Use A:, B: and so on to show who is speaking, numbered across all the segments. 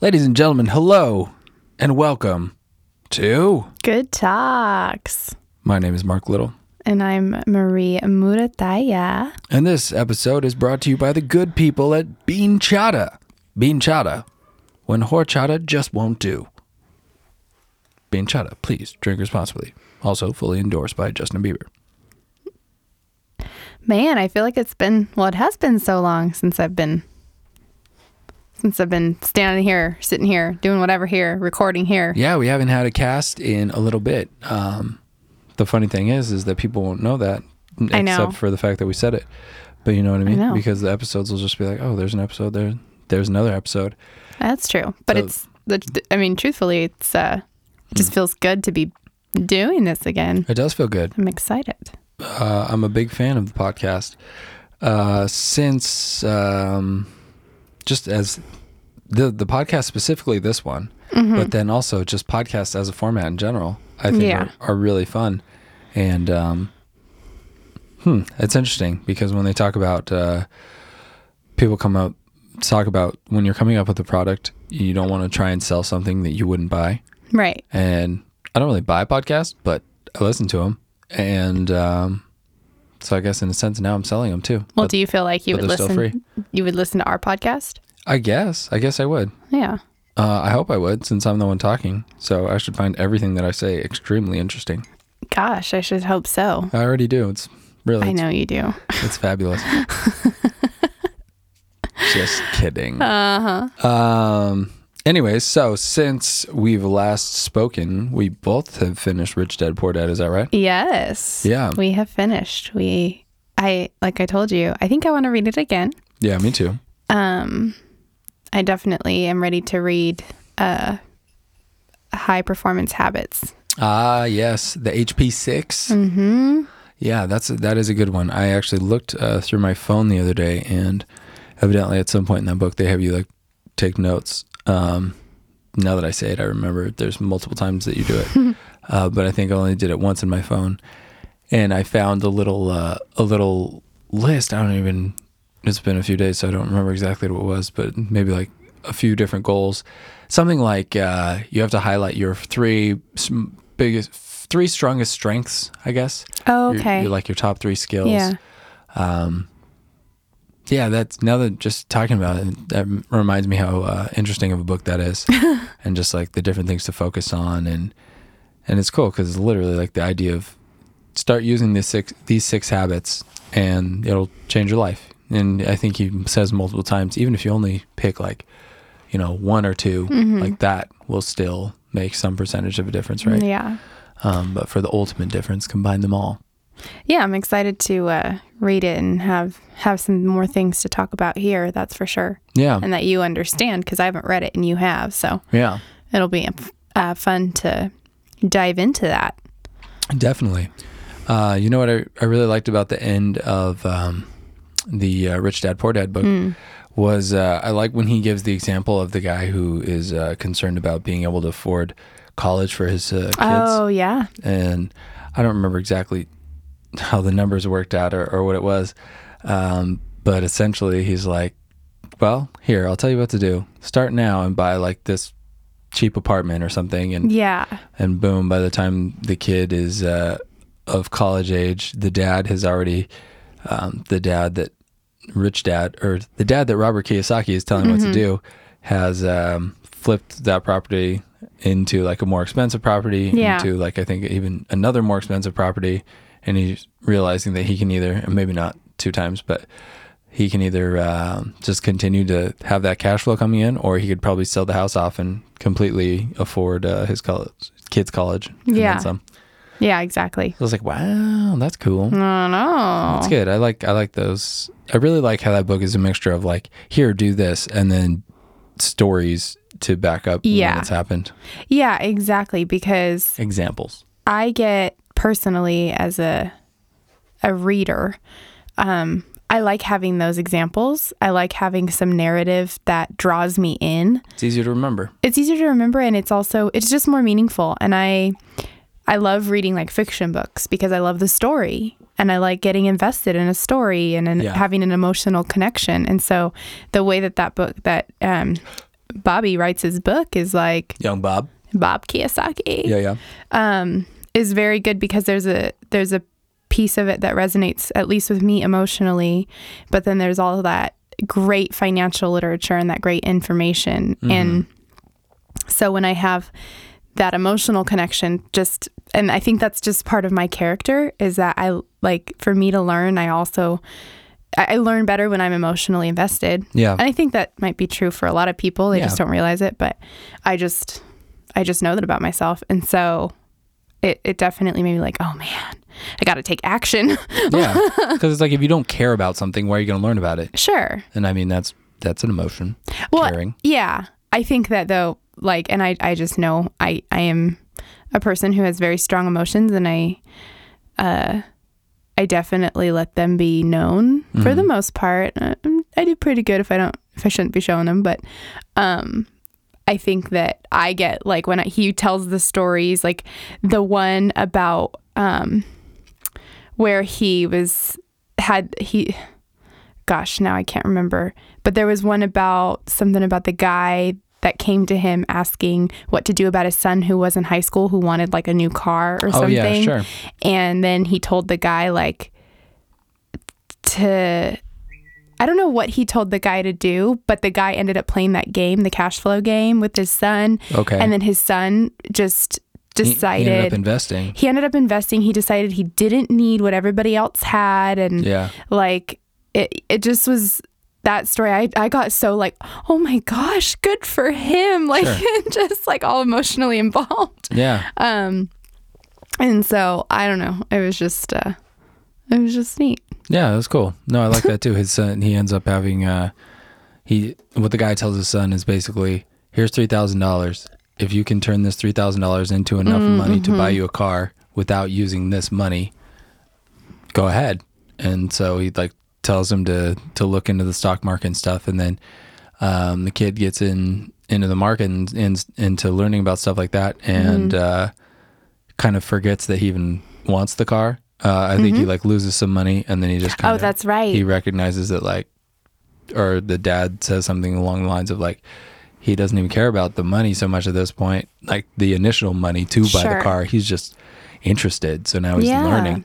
A: Ladies and gentlemen, hello and welcome to.
B: Good talks.
A: My name is Mark Little,
B: And I'm Marie Murataya.
A: and this episode is brought to you by the good people at Bean Chata. Bean Chata, when horchata just won't do. Bean Chata, please drink responsibly. Also, fully endorsed by Justin Bieber.
B: Man, I feel like it's been well, it has been so long since I've been since I've been standing here, sitting here, doing whatever here, recording here.
A: Yeah, we haven't had a cast in a little bit. Um, the funny thing is, is that people won't know that, n-
B: I know.
A: except for the fact that we said it. But you know what I mean?
B: know.
A: Because the episodes will just be like, oh, there's an episode there, there's another episode.
B: That's true. But
A: So- Mm.
B: it's the I mean, truthfully, it's uh it just feels good to be doing this again.
A: It does feel good.
B: I'm excited.
A: Uh, I'm a big fan of the podcast uh, since um, just as the the podcast specifically this one, but then also just podcasts as a format in general. I think
B: Yeah.
A: are, are really fun, and um, hmm, it's interesting because when they talk about uh, people come up talk about when you're coming up with a product, you don't want to try and sell something that you wouldn't buy
B: Right.
A: and I don't really buy podcasts, but I listen to them, and um, so I guess in a sense now I'm selling them too.
B: Well,
A: But
B: do you feel like you
A: but
B: would
A: they're still
B: listen you would listen to our podcast?
A: I guess I guess I would.
B: Yeah.
A: Uh, I hope I would, since I'm the one talking. So I should find everything that I say extremely interesting.
B: Gosh, I should hope so.
A: I already do. It's really,
B: I
A: it's,
B: know you do.
A: it's fabulous. Just kidding. Uh huh.
B: Uh-huh.
A: Um. Anyways, so since we've last spoken, we both have finished Rich Dad Poor Dad. Is that right?
B: Yes.
A: Yeah.
B: We have finished. We I like I told you, I think I want to read it again.
A: Yeah, me too.
B: Um I definitely am ready to read uh High Performance Habits.
A: Ah, yes, the HP 6 Mm-hmm. Yeah, that's that is a good one. I actually looked uh, through my phone the other day, and evidently, at some point in that book, they have you like take notes. Um, now that I say it, I remember there's multiple times that you do it, uh, but I think I only did it once in my phone, and I found a little uh, a little list. I don't even. It's been a few days, so I don't remember exactly what it was, but maybe like a few different goals. Something like uh, you have to highlight your three s- biggest, three strongest strengths, I guess.
B: Oh,
A: Your-
B: okay.
A: your, like your top three skills. Um,
B: yeah.
A: Yeah, that's now that just talking about it, that m- reminds me how uh, interesting of a book that is, and just like the different things to focus on, and and it's cool because literally like the idea of start using these six these six habits, and it'll change your life. And I think he says multiple times, even if you only pick like you know one or 2
B: Mm-hmm.
A: like that will still make some percentage of a difference, right?
B: Yeah.
A: Um, but for the ultimate difference, combine them all.
B: Yeah, I'm excited to uh read it and have have some more things to talk about here, that's for sure.
A: Yeah,
B: And that you understand because I haven't read it and you have, so
A: yeah.
B: it'll be uh, fun to dive into that.
A: Definitely. Uh, you know what I, I really liked about the end of um, the uh, Rich Dad Poor Dad book was uh, I like when he gives the example of the guy who is uh, concerned about being able to afford college for his uh, kids
B: Oh, yeah.
A: and I don't remember exactly how the numbers worked out or, or what it was. Um, but essentially, he's like, "Well, here, I'll tell you what to do. Start now and buy like this cheap apartment or something, and
B: Yeah.
A: and boom by the time the kid is uh, of college age the dad has already um, the dad that rich dad or the dad that robert kiyosaki is telling what to do has um, flipped that property into like a more expensive property
B: Yeah.
A: into like i think even another more expensive property and he's realizing that he can either and maybe not two times but he can either um, just continue to have that cash flow coming in, or he could probably sell the house off and completely afford uh, his college, kids' college. and then
B: Yeah.
A: some.
B: Yeah, exactly.
A: I was like, wow, that's cool.
B: I know.
A: That's good. I like. I like those. I really like how that book is a mixture of like, here, do this, and then stories to back up
B: Yeah.
A: when it's happened.
B: Yeah, exactly. Because
A: Examples.
B: I get personally as a a reader, um, I like having those examples. I like having some narrative that draws me in.
A: It's easier to remember.
B: It's easier to remember, and it's also it's just more meaningful. And I I love reading like fiction books because I love the story and I like getting invested in a story and in
A: Yeah.
B: having an emotional connection. And so the way that that book that um, that Bobby writes his book is like
A: Young Bob.
B: Bob Kiyosaki
A: Yeah, yeah.
B: um, is very good because there's a there's a piece of it that resonates at least with me emotionally, but then there's all of that great financial literature and that great information, and so when I have that emotional connection, just and I think that's just part of my character is that I like for me to learn, I also. I I learn better when I'm emotionally invested.
A: Yeah.
B: And I think that might be true for a lot of people. They
A: Yeah.
B: just don't realize it, but I just I just know that about myself. And so it, it definitely made me like, oh man, I gotta take action.
A: Yeah. Because it's like if you don't care about something, why are you going to learn about it?
B: sure.
A: And I mean, that's that's an emotion.
B: Well
A: Caring.
B: yeah. I think that though, like and I, I just know I, I am a person who has very strong emotions and I uh I definitely let them be known for the most part. Uh, I do pretty good if I don't if I shouldn't be showing them, but um I think that I get like when I, he tells the stories, like the one about um, where he was had he, gosh, now I can't remember, but there was one about something about the guy that came to him asking what to do about his son who was in high school who wanted like a new car or
A: Oh,
B: something,
A: yeah, sure.
B: and then he told the guy like to I don't know what he told the guy to do, but the guy ended up playing that game, the cash flow game with his son.
A: Okay.
B: And then his son just
A: He-
B: decided
A: He ended up investing.
B: investing. He decided he didn't need what everybody else had and
A: Yeah.
B: like it it just was that story I, I got so like oh my gosh good for him like and just like all emotionally involved
A: Yeah.
B: um and so i don't know it was just uh it was just neat
A: Yeah, that's cool. No, I like that too. His son, he ends up having, uh, he, what the guy tells his son is basically, here's $3,000. If you can turn this $3,000 into enough
B: Mm,
A: money to
B: mm-hmm.
A: buy you a car without using this money, go ahead. And so he like tells him to, to look into the stock market and stuff. And then, um, the kid gets in, into the market and, and into learning about stuff like that. And,
B: Mm-hmm.
A: uh, kind of forgets that he even wants the car. Uh, I think he like loses some money and then he just kind
B: Mm-hmm. oh
A: of
B: that's right
A: he recognizes that like or the dad says something along the lines of like he doesn't even care about the money so much at this point like the initial money to buy
B: Sure.
A: the car he's just interested so now he's
B: Yeah.
A: learning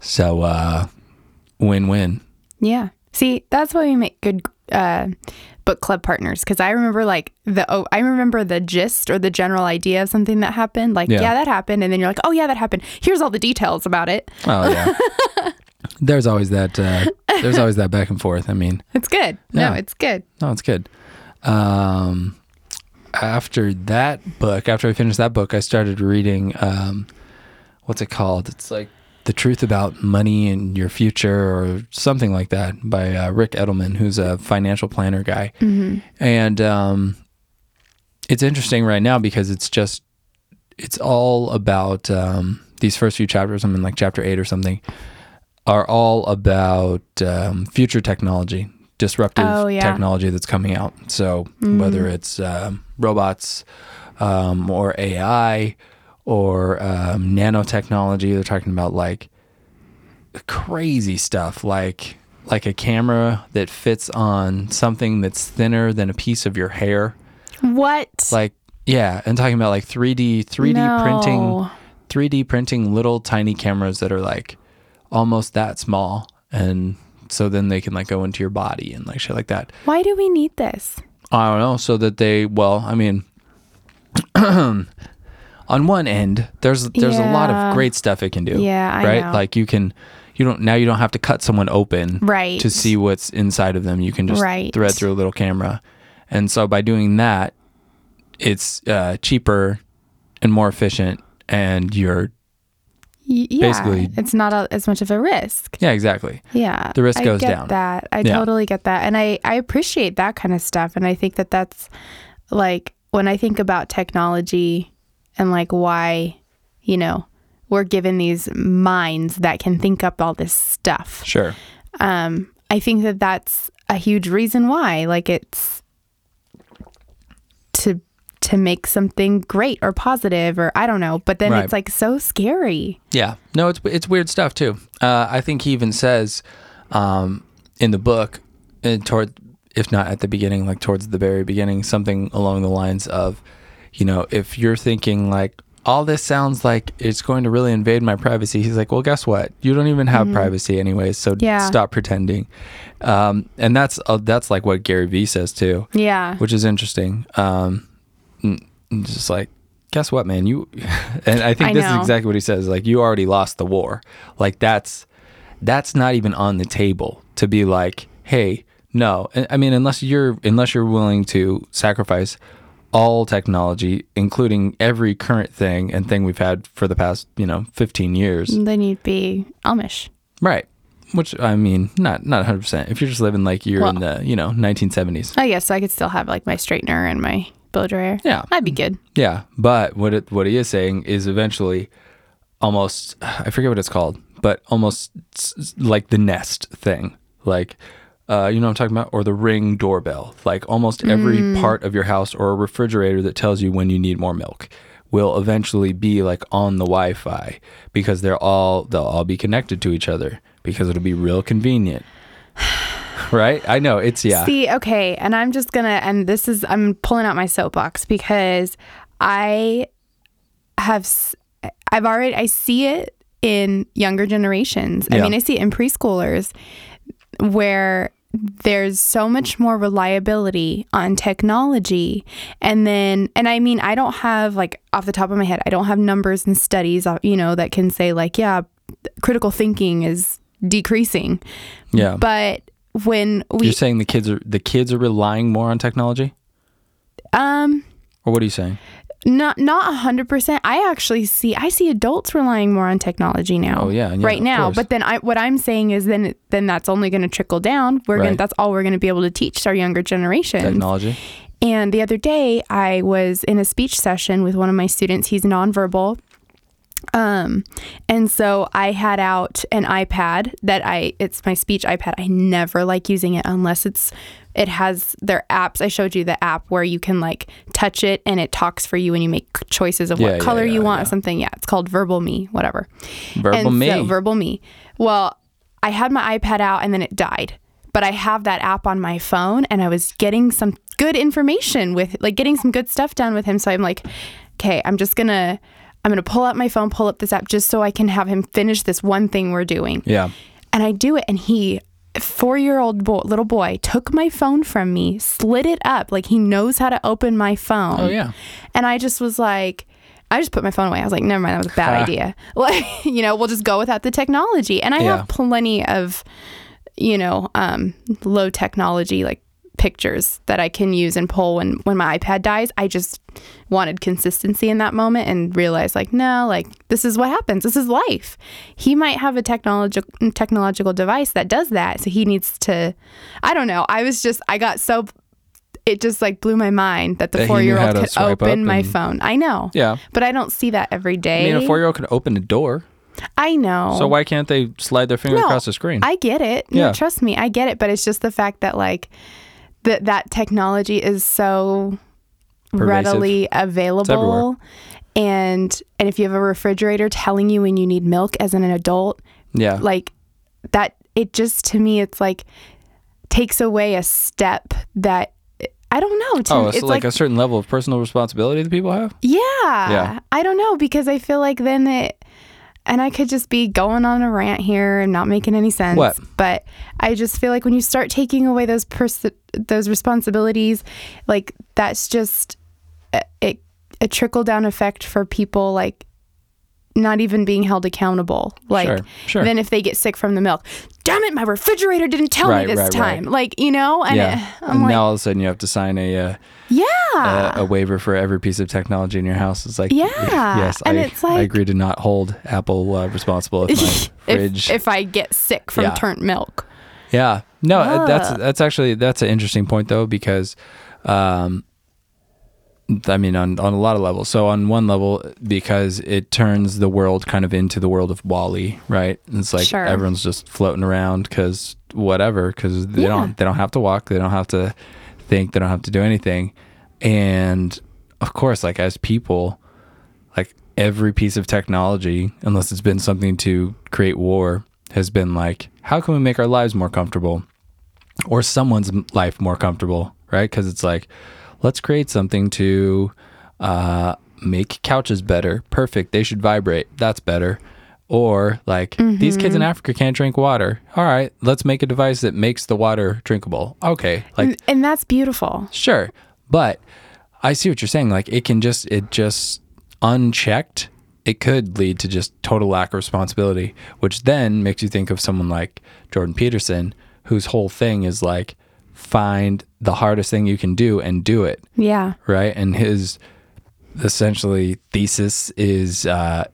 A: so uh win-win
B: Yeah. See, that's why we make good uh, book club partners because I remember like the oh, I remember the gist or the general idea of something that happened. Like,
A: Yeah.
B: yeah. that happened, and then you're like, oh yeah, that happened. Here's all the details about it.
A: oh yeah there's always that uh there's always that back and forth i mean
B: It's good.
A: Yeah.
B: No, it's good.
A: No, it's good. Um, after that book, after I finished that book, I started reading. Um, what's it called? It's like The Truth About Money and Your Future, or something like that, by uh, Rick Edelman, who's a financial planner guy. And um, it's interesting right now because it's just it's all about um, these first few chapters. I'm in like chapter eight or something. Are all about um, future technology, disruptive
B: Oh, yeah. Mm.
A: technology that's coming out. So whether it's um, robots um, or AI or um, nanotechnology, they're talking about like crazy stuff like like a camera that fits on something that's thinner than a piece of your hair
B: What?
A: like yeah and talking about like 3d 3d printing
B: No.
A: 3d printing little tiny cameras that are like almost that small and so then they can like go into your body and like shit like that
B: Why do we need this?
A: I don't know, so that they well, I mean on one end, there's there's a lot
B: Yeah.
A: of great stuff it can do.
B: Yeah, I
A: Right?
B: know.
A: Like you can you don't now you don't have to cut someone open
B: Right.
A: to see what's inside of them. You can just
B: Right.
A: thread through a little camera. And so by doing that, it's uh, cheaper and more efficient and you're
B: Y- yeah,
A: Basically-
B: it's not a, as much of a risk.
A: yeah, exactly.
B: Yeah.
A: The risk
B: I
A: goes
B: get
A: down.
B: That I
A: Yeah.
B: totally get that, and I I appreciate that kind of stuff, and I think that that's like when I think about technology and like why you know we're given these minds that can think up all this stuff.
A: Sure.
B: Um, I think that that's a huge reason why like it's to to make something great or positive or I don't know, but then
A: Right.
B: it's like so scary.
A: Yeah. No, it's it's weird stuff too. Uh, I think he even says um, in the book, uh, toward if not at the beginning, like towards the very beginning, something along the lines of, you know, if you're thinking like, all this sounds like it's going to really invade my privacy. He's like, well, guess what? You don't even have privacy anyways, so
B: Yeah.
A: stop pretending. Um, and that's uh, that's like what Gary Vee says too,
B: Yeah.
A: which is interesting. Um, n- n- just like, guess what, man? You, and I think
B: I
A: this is
B: know.
A: exactly what he says. Like, you already lost the war. Like that's that's not even on the table to be like, hey, no. I- I mean, unless you're unless you're willing to sacrifice all technology, including every current thing and thing we've had for the past, you know, 15 years.
B: then you'd be Amish.
A: Right. Which I mean, not not 100%. If you're just living like you're in the, you know, 1970s.
B: I guess Oh, I could still have like my straightener and my blow dryer.
A: Yeah.
B: I'd be good.
A: Yeah, but what it, what he is saying is eventually almost I forget what it's called, but almost s- s- like the Nest thing, like uh, you know what I'm talking about, or the Ring doorbell, like almost every
B: Mm.
A: part of your house or a refrigerator that tells you when you need more milk will eventually be like on the Wi-Fi because they're all they'll all be connected to each other because it'll be real convenient. Right? I know it's yeah.
B: See, okay, and I'm just gonna, and this is, I'm pulling out my soapbox because I have, s- I've already, I see it in younger generations. I
A: Yeah.
B: mean, I see it in preschoolers where there's so much more reliability on technology and then and i mean i don't have like off the top of my head i don't have numbers and studies uh, you know that can say like yeah critical thinking is decreasing
A: yeah.
B: but when we
A: You're saying the kids are the kids are relying more on technology?
B: Um,
A: Or what are you saying?
B: not not a hundred percent. I actually see I see adults relying more on technology now.
A: Oh, yeah, yeah,
B: right
A: of
B: now.
A: course.
B: But then I what I'm saying is then then that's only going to trickle down. We're gonna
A: Right.
B: that's all we're going to be able to teach our younger generations.
A: Technology?
B: And the other day, I was in a speech session with one of my students. He's nonverbal. Um, and so I had out an iPad that I, it's my speech iPad. I never like using it unless it's, it has their apps. I showed you the app where you can like touch it and it talks for you and you make choices of
A: Yeah,
B: what
A: yeah,
B: color you
A: yeah,
B: want or something. Yeah. It's called Verbal Me, whatever.
A: Verbal
B: And
A: me.
B: So, verbal me. Well, I had my iPad out and then it died. But I have that app on my phone and I was getting some good information with like getting some good stuff done with him. So I'm like, okay, I'm just gonna I'm gonna pull up my phone, pull up this app just so I can have him finish this one thing we're doing.
A: yeah.
B: And I do it, and he, four year old boy, little boy, took my phone from me, slid it up like he knows how to open my phone.
A: Oh, yeah.
B: And I just was like, I just put my phone away. I was like, never mind, that was a bad idea. Like, you know, we'll just go without the technology. And I
A: Yeah.
B: have plenty of, you know, um, low technology like pictures that I can use and pull when when my iPad dies. I just wanted consistency in that moment and realized like no, like this is what happens. This is life. He might have a technological technological device that does that, so he needs to. I don't know. I was just I got so it just like blew my mind that
A: That
B: the
A: he knew
B: four year
A: how
B: old
A: to
B: could
A: swipe up
B: open my
A: and-
B: phone. I know.
A: Yeah.
B: But I don't see that every
A: I
B: day.
A: mean, a four year old can open a door.
B: I know.
A: So why can't they slide their finger
B: Oh. No,
A: across the screen?
B: I get it. No,
A: Yeah.
B: trust me, I get it. But it's just the fact that like that that technology is so
A: Pervasive.
B: readily available,
A: everywhere.
B: and and if you have a refrigerator telling you when you need milk as an adult,
A: yeah.
B: like that, it just to me, it's like takes away a step that I don't know. To
A: oh,
B: me,
A: it's, like, a certain level of personal responsibility that people have?
B: yeah.
A: Yeah.
B: I don't know because I feel like then it, and I could just be going on a rant here and not making any sense.
A: What?
B: But I just feel like when you start taking away those pers- those responsibilities, like that's just a, it a trickle down effect for people like not even being held accountable. Like
A: Sure, sure.
B: then if they get sick from the milk, damn it, my refrigerator didn't tell
A: Right,
B: me this
A: right, right.
B: time. Like you know, and
A: Yeah.
B: it,
A: and uh,
B: I'm like, Ah.
A: now all of a sudden you have to sign a, uh,
B: yeah,
A: a a waiver for every piece of technology in your house. It's like,
B: Yeah,
A: yes,
B: and
A: I,
B: it's
A: I
B: like-
A: agree to not hold Apple uh, responsible if
B: if,
A: my fridge.
B: if I get sick from
A: Yeah.
B: turnt milk.
A: Yeah. No, uh, that's that's actually that's an interesting point though because um I mean on on a lot of levels. So on one level because it turns the world kind of into the world of Wally, right? And it's like
B: Sure.
A: everyone's just floating around cuz whatever cuz they
B: Yeah.
A: don't they don't have to walk, they don't have to think, they don't have to do anything. And of course, like as people, like every piece of technology, unless it's been something to create war, has been like, how can we make our lives more comfortable? or someone's m- life more comfortable, right? Because it's like, let's create something to uh, make couches better. Perfect. They should vibrate. That's better. Or like these kids in Africa can't drink water. All right, let's make a device that makes the water drinkable. Okay, like
B: and that's beautiful.
A: sure, but I see what you're saying. Like it can just it just unchecked, it could lead to just total lack of responsibility, which then makes you think of someone like Jordan Peterson, whose whole thing is like find the hardest thing you can do and do it
B: Yeah.
A: right? And his essentially thesis is uh,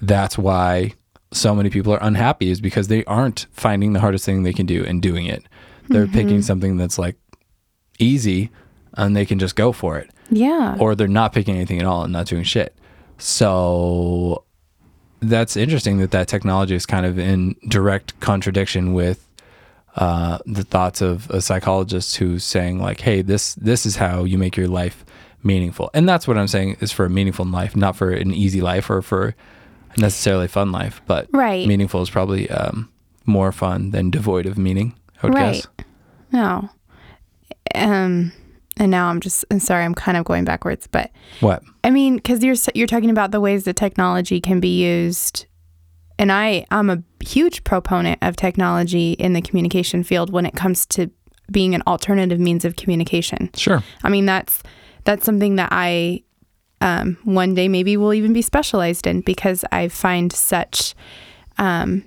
A: that's why so many people are unhappy is because they aren't finding the hardest thing they can do and doing it. They're picking something that's like easy and they can just go for it,
B: Yeah.
A: or they're not picking anything at all and not doing shit. So that's interesting that that technology is kind of in direct contradiction with uh, the thoughts of a psychologist who's saying like, "Hey, this this is how you make your life meaningful," and that's what I'm saying is for a meaningful life, not for an easy life or for necessarily a fun life, but
B: Right.
A: meaningful is probably um, more fun than devoid of meaning. I would
B: Right.
A: guess.
B: No. Um and now I'm just I'm sorry I'm kind of going backwards, but
A: What?
B: I mean, cuz you're s- you're talking about the ways that technology can be used and I I'm a huge proponent of technology in the communication field when it comes to being an alternative means of communication.
A: Sure.
B: I mean, that's that's something that I um, one day maybe will even be specialized in because I find such um,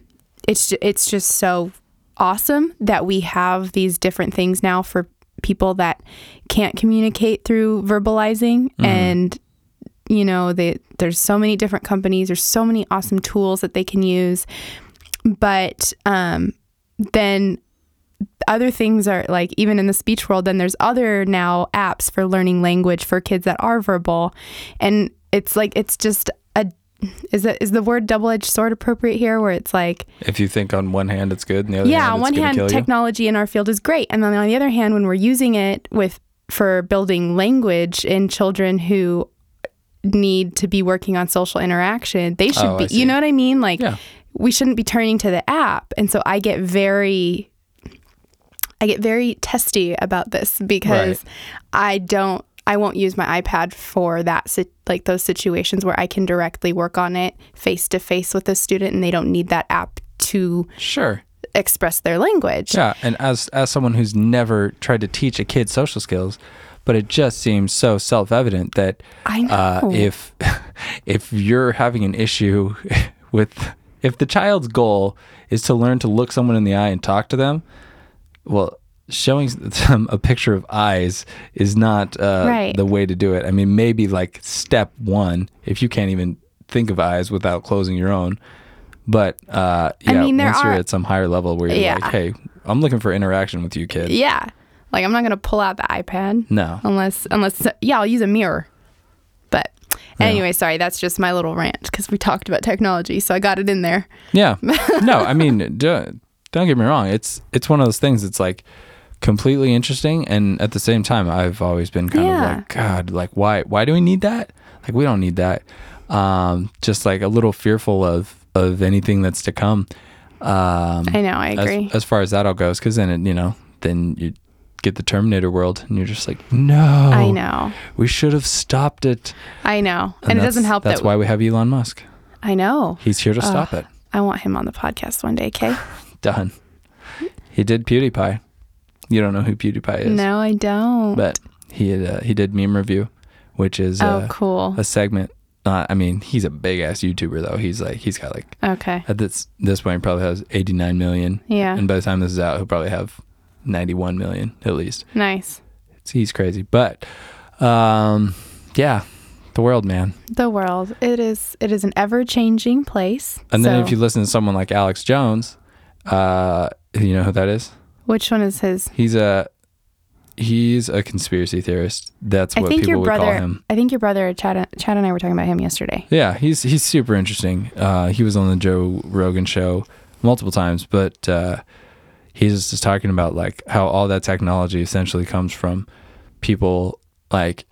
B: it's ju- it's just so awesome that we have these different things now for people that can't communicate through verbalizing and you know they, there's so many different companies there's so many awesome tools that they can use but um, then other things are like even in the speech world then there's other now apps for learning language for kids that are verbal and it's like it's just a is that is the word double-edged sword appropriate here where it's like
A: If you think on one hand it's good, and the other
B: yeah
A: hand
B: on
A: it's
B: one
A: gonna
B: hand
A: kill you.
B: technology in our field is great and then on the other hand when we're using it with for building language in children who need to be working on social interaction they should
A: Oh, I
B: be
A: see.
B: you know what i mean like
A: Yeah.
B: we shouldn't be turning to the app and so i get very i get very testy about this because i don't i won't use my ipad for that si- like those situations where i can directly work on it face to face with a student and they don't need that app to
A: Sure.
B: express their language.
A: Yeah, and as as someone who's never tried to teach a kid social skills, but it just seems so self evident that
B: I know.
A: uh, if if you're having an issue with if the child's goal is to learn to look someone in the eye and talk to them, well, showing them a picture of eyes is not uh,
B: Right.
A: the way to do it. I mean, maybe like step one if you can't even think of eyes without closing your own. But uh, yeah,
B: mean, there
A: once you're
B: are-
A: at some higher level where you're
B: Yeah.
A: like, hey, I'm looking for interaction with you, kid.
B: yeah. Like I'm not going to pull out the iPad
A: No.
B: unless unless yeah, I'll use a mirror. But anyway, sorry, that's just my little rant cuz we talked about technology, so I got it in there.
A: Yeah. No, I mean, don't, don't get me wrong. It's it's one of those things. It's like completely interesting, and at the same time, I've always been kind
B: Yeah.
A: of like, God, like why why do we need that? Like we don't need that. Um, just like a little fearful of of anything that's to come. Um,
B: I know, I agree.
A: as, as far as that all goes, because then it, you know, then you get the Terminator world, and you're just like, no,
B: I know.
A: we should have stopped it.
B: I know. And, it
A: that's-
B: doesn't help
A: That's
B: that
A: why we have Elon Musk.
B: I know.
A: He's here to stop it.
B: I want him on the podcast one day, okay?
A: Done. He did PewDiePie. You don't know who PewDiePie is,
B: No, I don't.
A: but he had, uh, he did meme review, which is
B: oh,
A: uh,
B: cool.
A: a segment. Uh, I mean, he's a big ass YouTuber though. He's like he's got like
B: Okay.
A: at this this point he probably has 89 million,
B: Yeah.
A: and by the time this is out, he'll probably have 91 million at least.
B: Nice.
A: It's, he's crazy, but um, yeah, the world, man.
B: The world. It is it is an ever-changing place.
A: And then
B: So-
A: if you listen to someone like Alex Jones, uh, you know who that is.
B: Which one is his?
A: He's a he's a conspiracy theorist. That's
B: I
A: what
B: think
A: people
B: your
A: would
B: brother.
A: call him.
B: I think your brother Chad. Chad and I were talking about him yesterday.
A: Yeah, he's he's super interesting. Uh, he was on the Joe Rogan show multiple times, but uh, he's just talking about like how all that technology essentially comes from people like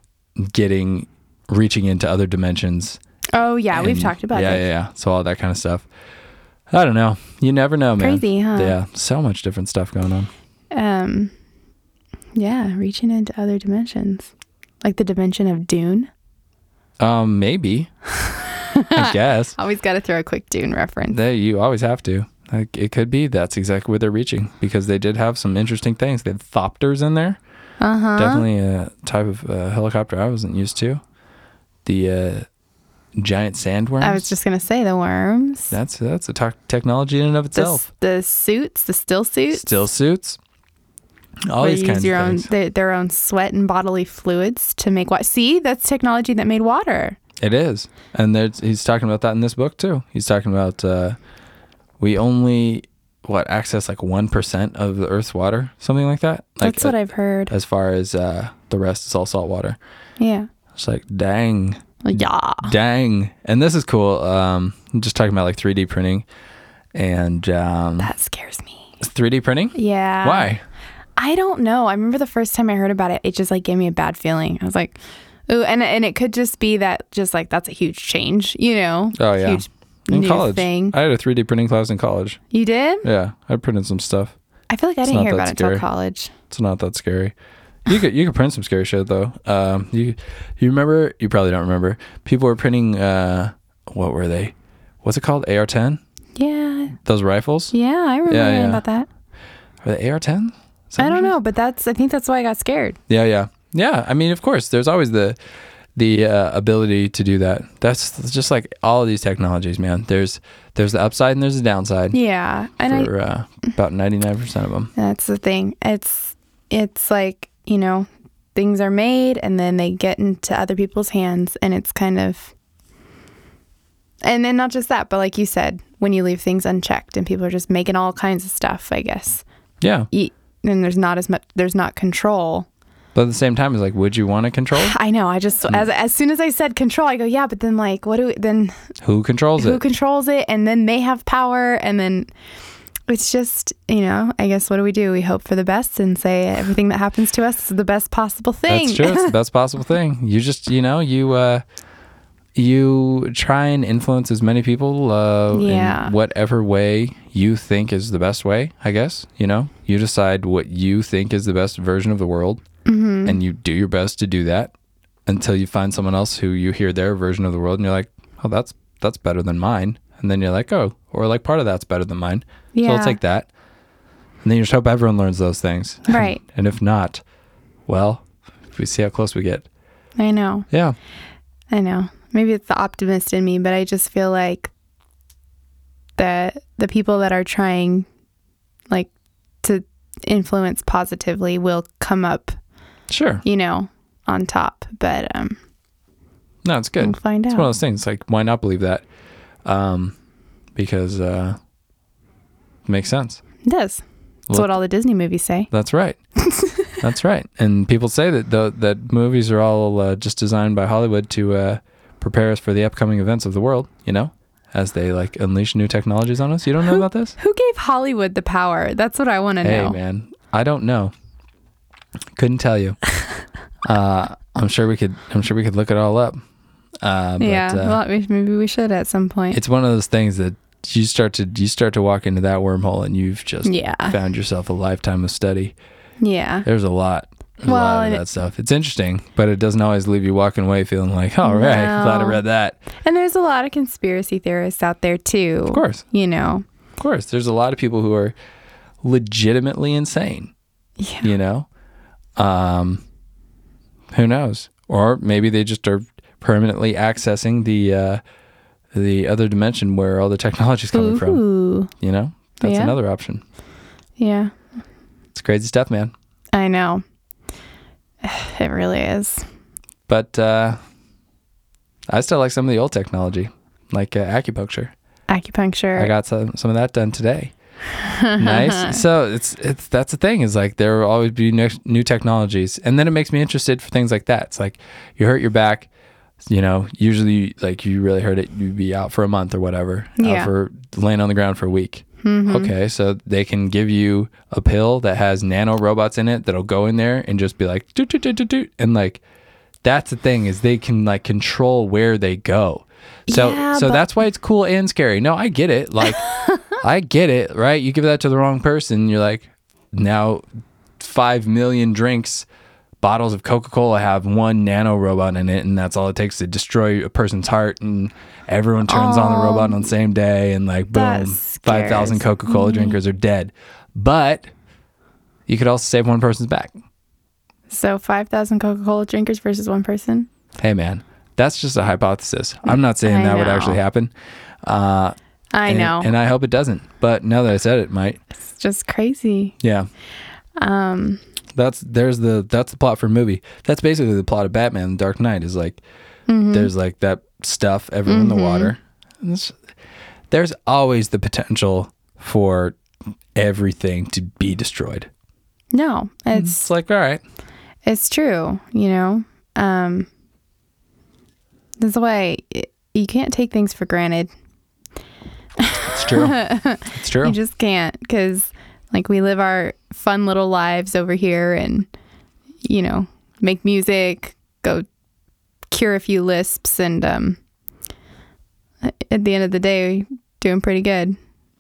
A: getting reaching into other dimensions.
B: Oh yeah, we've
A: and-
B: talked about
A: yeah,
B: that.
A: yeah, yeah. So all that kind of stuff. I don't know. You never know, man.
B: Crazy, huh?
A: Yeah, so much different stuff going on.
B: Um, yeah, reaching into other dimensions, like the dimension of Dune.
A: Um, maybe. I guess.
B: Always got to throw a quick Dune reference.
A: They, you always have to. Like, it could be that's exactly where they're reaching because they did have some interesting things. They had thopters in there.
B: Uh huh.
A: Definitely a type of uh, helicopter I wasn't used to. The uh, giant sandworms.
B: I was just gonna say the worms.
A: that's that's a to- technology in and of
B: the, s-
A: itself.
B: the suits, the still suits.
A: Still suits. All
B: where
A: these
B: you
A: kinds
B: use
A: of
B: your own
A: things.
B: th- their own sweat and bodily fluids to make water. See, that's technology that made water.
A: It is, and there's, he's talking about that in this book too. He's talking about uh, we only what access like one percent of the Earth's water, something like that. Like,
B: that's what I've heard.
A: As far as uh, the rest is all salt water.
B: yeah.
A: It's like dang,
B: Yeah.
A: dang, and this is cool. Um, I'm just talking about like 3D printing, and um,
B: That scares me.
A: 3D printing.
B: Yeah.
A: Why?
B: I don't know. I remember the first time I heard about it, it just like gave me a bad feeling. I was like, ooh, and and it could just be that just like that's a huge change, you know?
A: Oh yeah,
B: Huge
A: in
B: new
A: college.
B: thing.
A: I had a 3D printing class in college.
B: you did?
A: Yeah, I printed some stuff.
B: I feel like I
A: not
B: didn't hear
A: that
B: about it
A: scary.
B: until college.
A: It's not that scary. You could you could print some scary shit though. Um, you you remember? You probably don't remember. People were printing. Uh, what were they? What's it called? AR-10.
B: Yeah.
A: Those rifles.
B: Yeah, I remember
A: Yeah, Mm-hmm. yeah.
B: about that.
A: Are they AR-10?
B: I don't know, but that's I think that's why I got scared.
A: Yeah, yeah, yeah. I mean, of course, there's always the the uh, ability to do that. That's that's just like all of these technologies, man. There's there's the upside and there's the downside
B: Yeah. And I,
A: for uh, about 99% of them.
B: That's the thing. It's it's like, you know, things are made and then they get into other people's hands and it's kind of and then not just that, but like you said, when you leave things unchecked and people are just making all kinds of stuff, I guess.
A: Yeah,
B: Y- And there's not as much there's not control.
A: but at the same time, it's like, would you want to control? it?
B: I know. I just as as soon as I said control, I go, yeah, but then like what do we, then
A: Who controls
B: who
A: it?
B: controls it and then they have power and then it's just you know i guess what do we do we hope for the best and say everything that happens to us is the best possible thing
A: That's true. It's the best possible thing. You just, you know, you uh you try and influence as many people uh
B: Yeah.
A: in whatever way you think is the best way, I guess, you know. You decide what you think is the best version of the world
B: Mm-hmm.
A: and you do your best to do that until you find someone else who you hear their version of the world and you're like, "Oh, that's that's better than mine." And then you're like, "Oh, or like part of that's better than mine." So
B: Yeah.
A: it's like that. And then you just hope everyone learns those things.
B: Right.
A: and if not, well, we see how close we get.
B: i know
A: Yeah.
B: i know maybe it's the optimist in me but i just feel like the the people that are trying like to influence positively will come up
A: Sure.
B: you know on top but um
A: No, it's good.
B: we'll find
A: It's one of
B: out
A: those things. Like, why not believe that? Um, because uh, it makes sense.
B: it does that's
A: Well-
B: what all the disney movies say
A: That's right. That's right. And people say that the, that movies are all uh, just designed by Hollywood to uh, prepare us for the upcoming events of the world. You know, as they like unleash new technologies on us. You don't know about this?
B: Who gave Hollywood the power? That's what I want to
A: Hey,
B: know.
A: man, I don't know. Couldn't tell you. uh, I'm sure we could. I'm sure we could look it all up. Uh, but,
B: yeah,
A: uh,
B: well, we- maybe we should at some point.
A: it's one of those things that you start to you start to walk into that wormhole, and you've just
B: Yeah,
A: found yourself a lifetime of study.
B: yeah,
A: There's a lot. There's a
B: Well,
A: lot of
B: and
A: that
B: it-
A: stuff. It's interesting, but it doesn't always leave you walking away feeling like, all right, glad I
B: No.
A: read that.
B: and there's a lot of conspiracy theorists out there too.
A: Of course,
B: you know.
A: of course. There's a lot of people who are legitimately insane.
B: Yeah.
A: you know um who knows or maybe they just are permanently accessing the uh the other dimension where all the technology's coming from
B: Ooh,
A: you know that's
B: Yeah.
A: another option
B: yeah,
A: it's crazy stuff man
B: I know. It really is.
A: but uh i still like some of the old technology like uh, acupuncture
B: Acupuncture.
A: i got some some of that done today nice so it's it's that's the thing is like there will always be new, new technologies and then it makes me interested for things like that it's like you hurt your back you know usually like you really hurt it you'd be out for a month or whatever out
B: Yeah.
A: for laying on the ground for a week okay so they can give you a pill that has nano robots in it that'll go in there and just be like doot doot doot doot doot and like that's the thing is they can like control where they go so
B: Yeah,
A: so
B: but-
A: that's why it's cool and scary no i get it like I get it, right? You give that to the wrong person, you're like, now 5 million drinks bottles of coca-cola have one nano robot in it and that's all it takes to destroy a person's heart and everyone turns on the
B: Oh,
A: robot on the same day and like boom
B: that
A: 5000
B: scares
A: coca-cola drinkers are dead but you could also save one person's back
B: So 5,000 Coca Cola drinkers versus one person?
A: hey man that's just a hypothesis i'm not saying
B: I
A: that would
B: know.
A: actually happen uh,
B: I
A: and,
B: know.
A: and i hope it doesn't but now that i said it, it might
B: it's just crazy.
A: yeah
B: Um,
A: that's there's the that's the plot for a movie. That's basically the plot of Batman: The Dark Knight. Is like
B: Mm-hmm.
A: there's like that stuff everywhere in the water. And it's- there's always the potential for everything to be destroyed.
B: no,
A: Hmm.
B: it's
A: It's like all right,
B: it's true, you know. Um, this is why it, you can't take things for granted.
A: it's true, it's true.
B: You just can't because, like, we live our fun little lives over here and, you know, make music, go cure a few lisps, and um, at the end of the day, doing pretty good.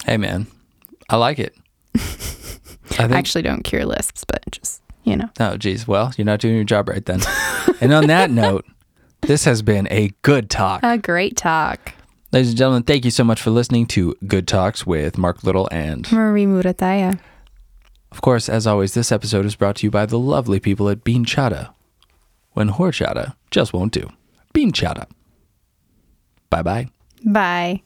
A: hey man, I like it. I think.
B: actually don't cure lisps, but just you know.
A: oh geez, well you're not doing your job right then. and on that note, this has been a good talk.
B: A great talk.
A: Ladies and gentlemen, thank you so much for listening to Good Talks with Mark Little and
B: Marie Murataya.
A: Of course, as always, this episode is brought to you by the lovely people at Bean Chata. When horchata just won't do. Bean Chata. Bye bye.
B: Bye.